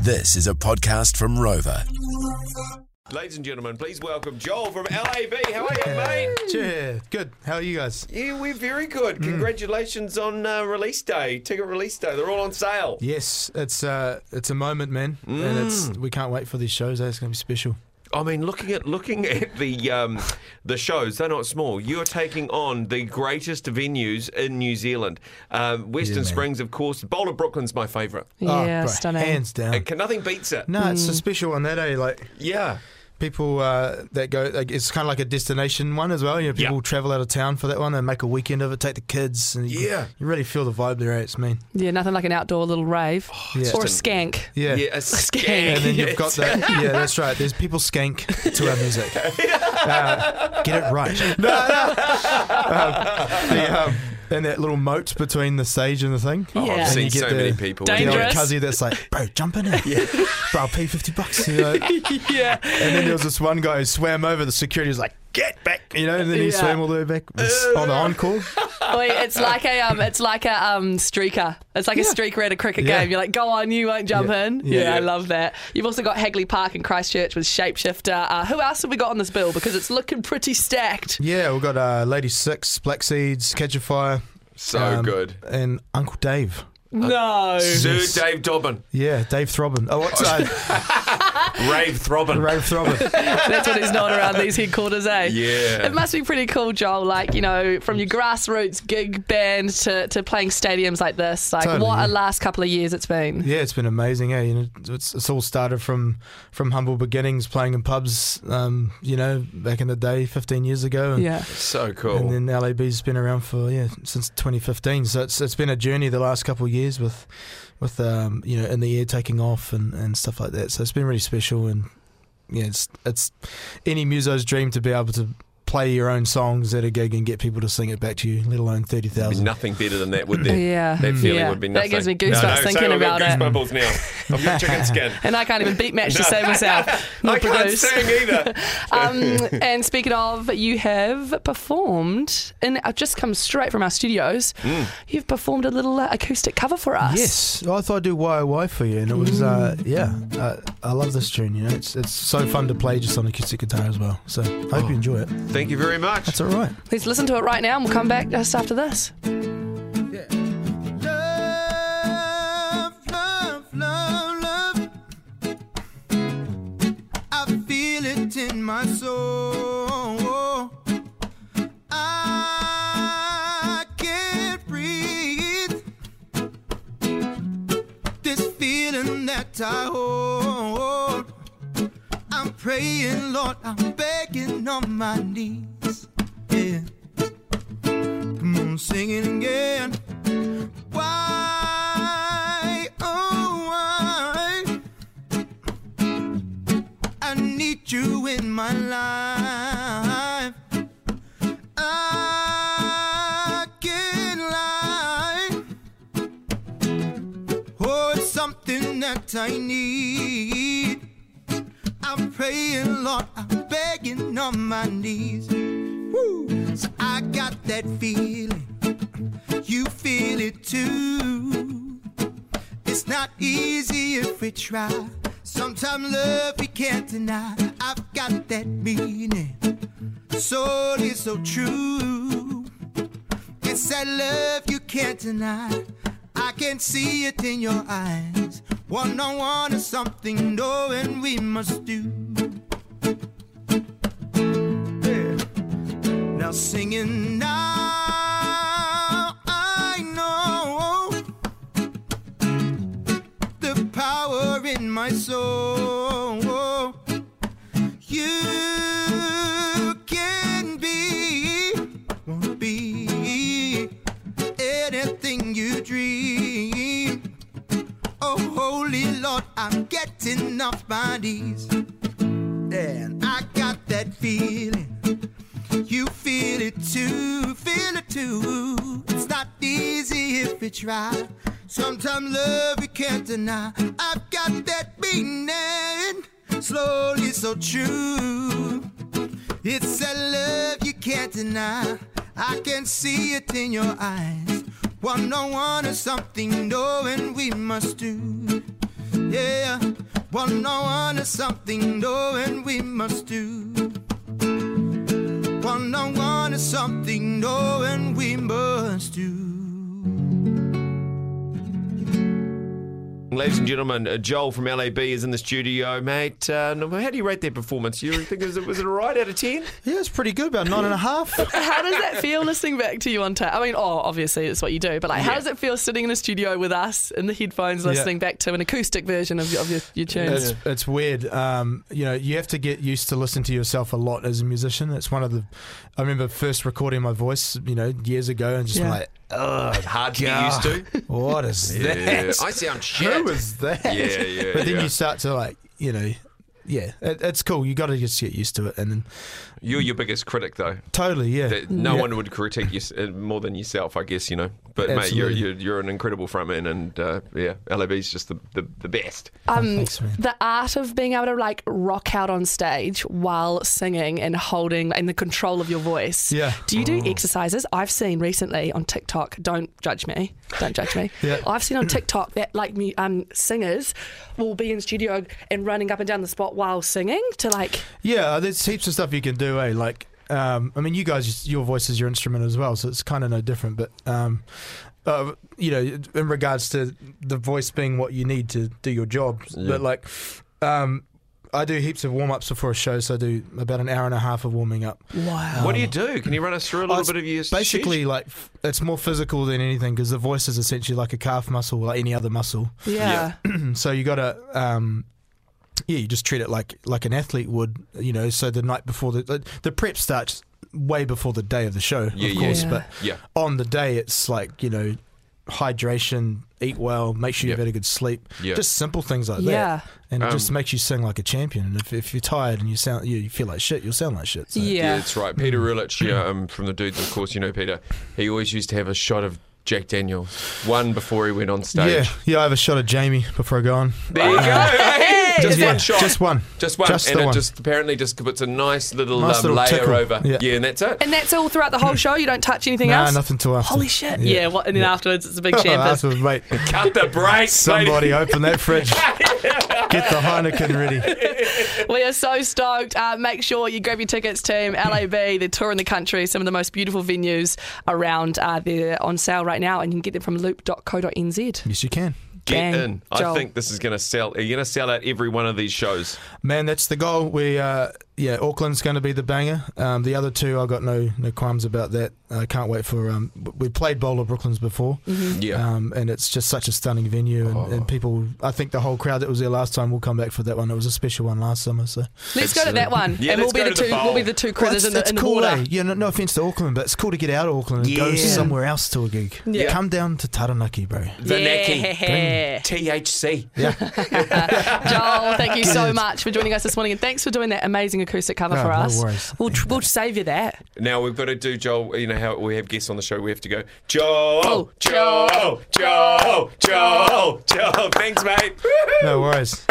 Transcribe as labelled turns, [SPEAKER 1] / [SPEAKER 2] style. [SPEAKER 1] This is a podcast from Rover.
[SPEAKER 2] Ladies and gentlemen, please welcome Joel from LAB. How are you, mate?
[SPEAKER 3] Yeah, good. How are you guys?
[SPEAKER 2] Yeah, we're very good.
[SPEAKER 3] Mm.
[SPEAKER 2] Congratulations on uh, release day, ticket release day. They're all on sale.
[SPEAKER 3] Yes, it's uh, it's a moment, man, and it's we can't wait for these shows. eh? It's gonna be special.
[SPEAKER 2] I mean, looking at looking at the um, the shows, they're not small. You're taking on the greatest venues in New Zealand. Um, Western Springs, of course. Boulder, Brooklyn's my favourite.
[SPEAKER 3] Oh,
[SPEAKER 4] Yeah,
[SPEAKER 3] bro,
[SPEAKER 4] stunning. Mm.
[SPEAKER 3] hands down.
[SPEAKER 2] Uh, can- Nothing beats it.
[SPEAKER 3] No, it's a special one that eh? Like
[SPEAKER 2] Yeah.
[SPEAKER 3] people uh, that go, like, it's kind of like a destination one as well. You know, people
[SPEAKER 2] Yeah.
[SPEAKER 3] travel out of town for that one and make a weekend of it. Take the kids, and you,
[SPEAKER 2] Yeah.
[SPEAKER 3] you really feel the vibe there. eh? It's mean.
[SPEAKER 4] Yeah, nothing like an outdoor little rave
[SPEAKER 3] Yeah.
[SPEAKER 4] or a
[SPEAKER 2] just
[SPEAKER 4] skank.
[SPEAKER 3] Yeah.
[SPEAKER 2] Yeah, a
[SPEAKER 4] Skank.
[SPEAKER 2] skank.
[SPEAKER 3] And then
[SPEAKER 2] Yes.
[SPEAKER 3] you've got that. Yeah, that's right. There's people skank to our music. Uh, get it right. No, no. Um, the, um, and that little moat between the stage and the thing.
[SPEAKER 2] Oh, I've
[SPEAKER 4] Yeah.
[SPEAKER 3] And
[SPEAKER 2] seen
[SPEAKER 3] you get
[SPEAKER 2] so
[SPEAKER 3] the-
[SPEAKER 2] many people.
[SPEAKER 3] The old
[SPEAKER 4] Dangerous.
[SPEAKER 3] cuzzy that's like, bro, jump in it. Yeah. Bro, I'll pay 50 bucks. You know? and
[SPEAKER 4] yeah.
[SPEAKER 3] then there was this one guy who swam over. The security was like, get back. You know, and then he
[SPEAKER 4] Yeah.
[SPEAKER 3] swam all the way back on the encore.
[SPEAKER 4] Oi, it's like a um, it's like a um streaker. It's like a streaker at a cricket
[SPEAKER 3] Yeah.
[SPEAKER 4] game. You're like, go on, you won't jump
[SPEAKER 3] Yeah.
[SPEAKER 4] in.
[SPEAKER 3] Yeah.
[SPEAKER 4] Yeah, I love that. You've also got Hagley Park in Christchurch with Shapeshifter. Uh, who else have we got on this bill? Because it's looking pretty stacked.
[SPEAKER 3] Yeah, we've got uh, Lady Six, Black Seeds, Catch a Fire.
[SPEAKER 2] So
[SPEAKER 3] um,
[SPEAKER 2] good.
[SPEAKER 3] And Uncle Dave.
[SPEAKER 4] No.
[SPEAKER 2] Sir
[SPEAKER 3] Yes.
[SPEAKER 2] Dave Dobbin,
[SPEAKER 3] Yeah, Dave Throbbin. Oh, what's uh,
[SPEAKER 2] Rave Throbbin.
[SPEAKER 3] Rave Throbbin?
[SPEAKER 4] That's what it's not around these headquarters, eh?
[SPEAKER 2] Yeah.
[SPEAKER 4] It must be pretty cool, Joel. Like, you know, from your grassroots gig band to, to playing stadiums like this. Like,
[SPEAKER 3] Totally,
[SPEAKER 4] what
[SPEAKER 3] yeah.
[SPEAKER 4] a last couple of years it's been.
[SPEAKER 3] Yeah, it's been amazing. Eh? You know, it's, it's all started from from humble beginnings, playing in pubs. Um, you know, back in the day, 15 years ago. And
[SPEAKER 4] Yeah.
[SPEAKER 2] So cool.
[SPEAKER 3] And then LAB's been around for yeah since 2015, so it's it's been a journey the last couple of years with with um, you know in the air taking off and, and stuff like that. So it's been really special and yeah, it's it's any muso's dream to be able to play your own songs at a gig and get people to sing it back to you, let alone thirty
[SPEAKER 2] There'd be
[SPEAKER 3] thousand.
[SPEAKER 2] nothing better than that, would there?
[SPEAKER 4] Yeah.
[SPEAKER 2] That feeling
[SPEAKER 4] Yeah.
[SPEAKER 2] would be nothing.
[SPEAKER 4] That gives me goosebumps thinking about it.
[SPEAKER 2] goosebumps now. I've got chicken skin.
[SPEAKER 4] And I can't even beat match to save myself.
[SPEAKER 2] I
[SPEAKER 4] Not
[SPEAKER 2] can't
[SPEAKER 4] produce.
[SPEAKER 2] sing either.
[SPEAKER 4] Um, and speaking of, you have performed, and I've just come straight from our studios.
[SPEAKER 2] Mm.
[SPEAKER 4] You've performed a little uh, acoustic cover for us.
[SPEAKER 3] Yes, Oh, I thought I'd do YOY for you, and it was uh, yeah, uh, I love this tune. You know, it's it's so fun to play just on acoustic guitar as well. So I hope you enjoy it.
[SPEAKER 2] Thank you very much.
[SPEAKER 3] It's all right.
[SPEAKER 4] Let's listen to it right now, and we'll come back just after this.
[SPEAKER 5] Love, love, love, love. I feel it in my soul. I can't breathe. This feeling that I hold. I'm praying, Lord, I'm begging on my knees. Yeah. Come on, sing it again. Why, oh, why? I need you in my life. I can't lie. Oh, it's something that I need. I'm praying, Lord, I'm begging on my knees. Woo! So I got that feeling you feel it too. It's not easy if we try. Sometimes love we can't deny. I've got that meaning, so it is so true. It's that love you can't deny. I can see it in your eyes. One on one is something knowing we must do. Yeah. Now singing now I know the power in my soul you can be won't be anything you dream oh holy Lord I'm getting off my knees and I got that feeling you feel it too, feel it too. It's not easy if you try. Sometimes love you can't deny. I've got that meaning, slowly so true. It's a love you can't deny. I can see it in your eyes. One on one is something knowing we must do. Yeah. One on one is something knowing we must do. One on one is something knowing we must do.
[SPEAKER 2] Ladies and gentlemen, uh, Joel from LAB is in the studio, mate. Uh, no- how do you rate their performance? You think it was, was it a right out of ten?
[SPEAKER 3] Yeah, it's pretty good, about nine and a half.
[SPEAKER 4] How does that feel listening back to you on tape? I mean, oh, obviously it's what you do, but like, how does it feel sitting in a studio with us in the headphones, listening back to an acoustic version of your, of your, your tunes?
[SPEAKER 3] It's, it's weird. Um, you know, you have to get used to listening to yourself a lot as a musician. It's one of the. I remember first recording my voice, you know, years ago, and just
[SPEAKER 4] Yeah.
[SPEAKER 3] like,
[SPEAKER 2] Ugh, hard to get used to.
[SPEAKER 3] what is
[SPEAKER 2] Yeah,
[SPEAKER 3] that?
[SPEAKER 2] I sound shit.
[SPEAKER 3] Who is that?
[SPEAKER 2] Yeah, yeah,
[SPEAKER 3] But then
[SPEAKER 2] yeah.
[SPEAKER 3] you start to like, you know, yeah, it, it's cool. You got to just get used to it, and then
[SPEAKER 2] You're your biggest critic, though.
[SPEAKER 3] totally, yeah,
[SPEAKER 2] That no
[SPEAKER 3] Mm, Yeah.
[SPEAKER 2] one would critique you s- uh, more than yourself, I guess, you know. But, mate, you're,
[SPEAKER 3] Absolutely.
[SPEAKER 2] you're, you're an incredible frontman, and uh, yeah, LAB's just the, the, the best.
[SPEAKER 4] Um,
[SPEAKER 3] Oh, Thanks, man.
[SPEAKER 4] the art of being able to like rock out on stage while singing and holding and the control of your voice.
[SPEAKER 3] Yeah. Oh.
[SPEAKER 4] Do you do exercises? I've seen recently on TikTok. Don't judge me. Don't judge me.
[SPEAKER 3] Yeah.
[SPEAKER 4] I've seen on TikTok that like me um, singers will be in studio and running up and down the spot while singing to like.
[SPEAKER 3] Yeah, uh, there's heaps of stuff you can do, eh? Like, um, I mean, you guys, your voice is your instrument as well, so it's kind of no different. But, um, uh, you know, in regards to the voice being what you need to do your job, but like, um, I do heaps of warm ups before a show, so I do about an hour and a half of warming up.
[SPEAKER 4] Wow.
[SPEAKER 2] what do you do? Can you run us through a
[SPEAKER 3] Oh,
[SPEAKER 2] little
[SPEAKER 3] it's
[SPEAKER 2] bit of your
[SPEAKER 3] Um, Basically,
[SPEAKER 2] schedule?
[SPEAKER 3] like, f- it's more physical than anything because the voice is essentially like a calf muscle, like any other muscle.
[SPEAKER 4] Yeah.
[SPEAKER 3] so you gotta um yeah you just treat it like like an athlete would you know so the night before the the, the prep starts way before the day of the show
[SPEAKER 2] Yeah,
[SPEAKER 3] of
[SPEAKER 2] yeah,
[SPEAKER 3] course
[SPEAKER 4] yeah.
[SPEAKER 3] but
[SPEAKER 2] Yeah.
[SPEAKER 3] on the day it's like you know hydration eat well make sure you've
[SPEAKER 2] Yep.
[SPEAKER 3] had a good sleep
[SPEAKER 2] Yep.
[SPEAKER 3] just simple things like
[SPEAKER 4] Yeah.
[SPEAKER 3] that and it just
[SPEAKER 2] Um,
[SPEAKER 3] makes you sing like a champion and if, if you're tired and you sound you, you feel like shit you'll sound like shit so.
[SPEAKER 2] Yeah.
[SPEAKER 4] Yeah.
[SPEAKER 2] that's right. Peter Erlich, yeah, um, from the Dudes, of course, you know Peter. He always used to have a shot of Jack Daniels, one before he went on
[SPEAKER 3] yeah
[SPEAKER 2] stage.
[SPEAKER 3] yeah I have a shot of Jamie before I go on
[SPEAKER 2] There you go. hey, just
[SPEAKER 3] yeah,
[SPEAKER 2] one shot.
[SPEAKER 3] just one
[SPEAKER 2] Just one.
[SPEAKER 3] just
[SPEAKER 2] and
[SPEAKER 3] the
[SPEAKER 2] it
[SPEAKER 3] one
[SPEAKER 2] just apparently just puts a nice little,
[SPEAKER 3] Nice
[SPEAKER 2] um,
[SPEAKER 3] little
[SPEAKER 2] layer
[SPEAKER 3] tickle.
[SPEAKER 2] over. Yeah.
[SPEAKER 3] Yeah.
[SPEAKER 2] and that's it.
[SPEAKER 4] And that's all throughout the whole show. You don't touch anything
[SPEAKER 3] nah,
[SPEAKER 4] else.
[SPEAKER 3] nothing till after
[SPEAKER 4] Holy shit. Yeah. well, and then afterwards it's a big champagne.
[SPEAKER 3] after, mate
[SPEAKER 2] Cut the brakes,
[SPEAKER 3] Somebody
[SPEAKER 2] lady.
[SPEAKER 3] open that fridge. Get the Heineken ready.
[SPEAKER 4] We are so stoked. Uh, make sure you grab your tickets, team. LAB, they're touring the country, some of the most beautiful venues around. Uh, they're on sale right now, and you can get them from loop.co.nz.
[SPEAKER 3] Yes, you can.
[SPEAKER 2] Get
[SPEAKER 4] Bang,
[SPEAKER 2] in. I
[SPEAKER 4] Joel.
[SPEAKER 2] think this is going to sell. You're going to sell out every one of these shows.
[SPEAKER 3] Man, that's the goal. We, uh, yeah, Auckland's going to be the banger. Um, the other two, I've got no no qualms about that. I can't wait for. Um, we played Bowler Brooklands before,
[SPEAKER 2] Yeah.
[SPEAKER 3] um, and it's just such a stunning venue, and,
[SPEAKER 4] Oh.
[SPEAKER 3] and people. I think the whole crowd that was there last time will come back for that one. It was a special one last summer, so
[SPEAKER 4] Let's go to that one,
[SPEAKER 2] Yeah,
[SPEAKER 4] and we'll
[SPEAKER 2] let's
[SPEAKER 4] be
[SPEAKER 2] go
[SPEAKER 4] the
[SPEAKER 2] to the
[SPEAKER 4] two. we'll be
[SPEAKER 2] bowl.
[SPEAKER 4] the two critters
[SPEAKER 3] Well,
[SPEAKER 4] in the, in the
[SPEAKER 3] cool,
[SPEAKER 4] water.
[SPEAKER 3] eh? Yeah, no, no offense to Auckland, but it's cool to get out of Auckland and go
[SPEAKER 2] Yeah.
[SPEAKER 3] somewhere else to a gig.
[SPEAKER 4] Yeah.
[SPEAKER 3] Come down to Taranaki, bro.
[SPEAKER 2] The
[SPEAKER 4] Yeah.
[SPEAKER 2] THC.
[SPEAKER 4] Joel, thank you so much for joining us this morning, and thanks for doing that amazing acoustic cover
[SPEAKER 3] Oh,
[SPEAKER 4] for
[SPEAKER 3] no
[SPEAKER 4] us.
[SPEAKER 3] worries.
[SPEAKER 4] We'll tr- we'll save you that.
[SPEAKER 2] Now we've got to do Joel. You know how we have guests on the show. We have to go Joel,
[SPEAKER 4] Oh.
[SPEAKER 2] Joel, Joel, Joel, Joel. Thanks, mate.
[SPEAKER 3] No worries.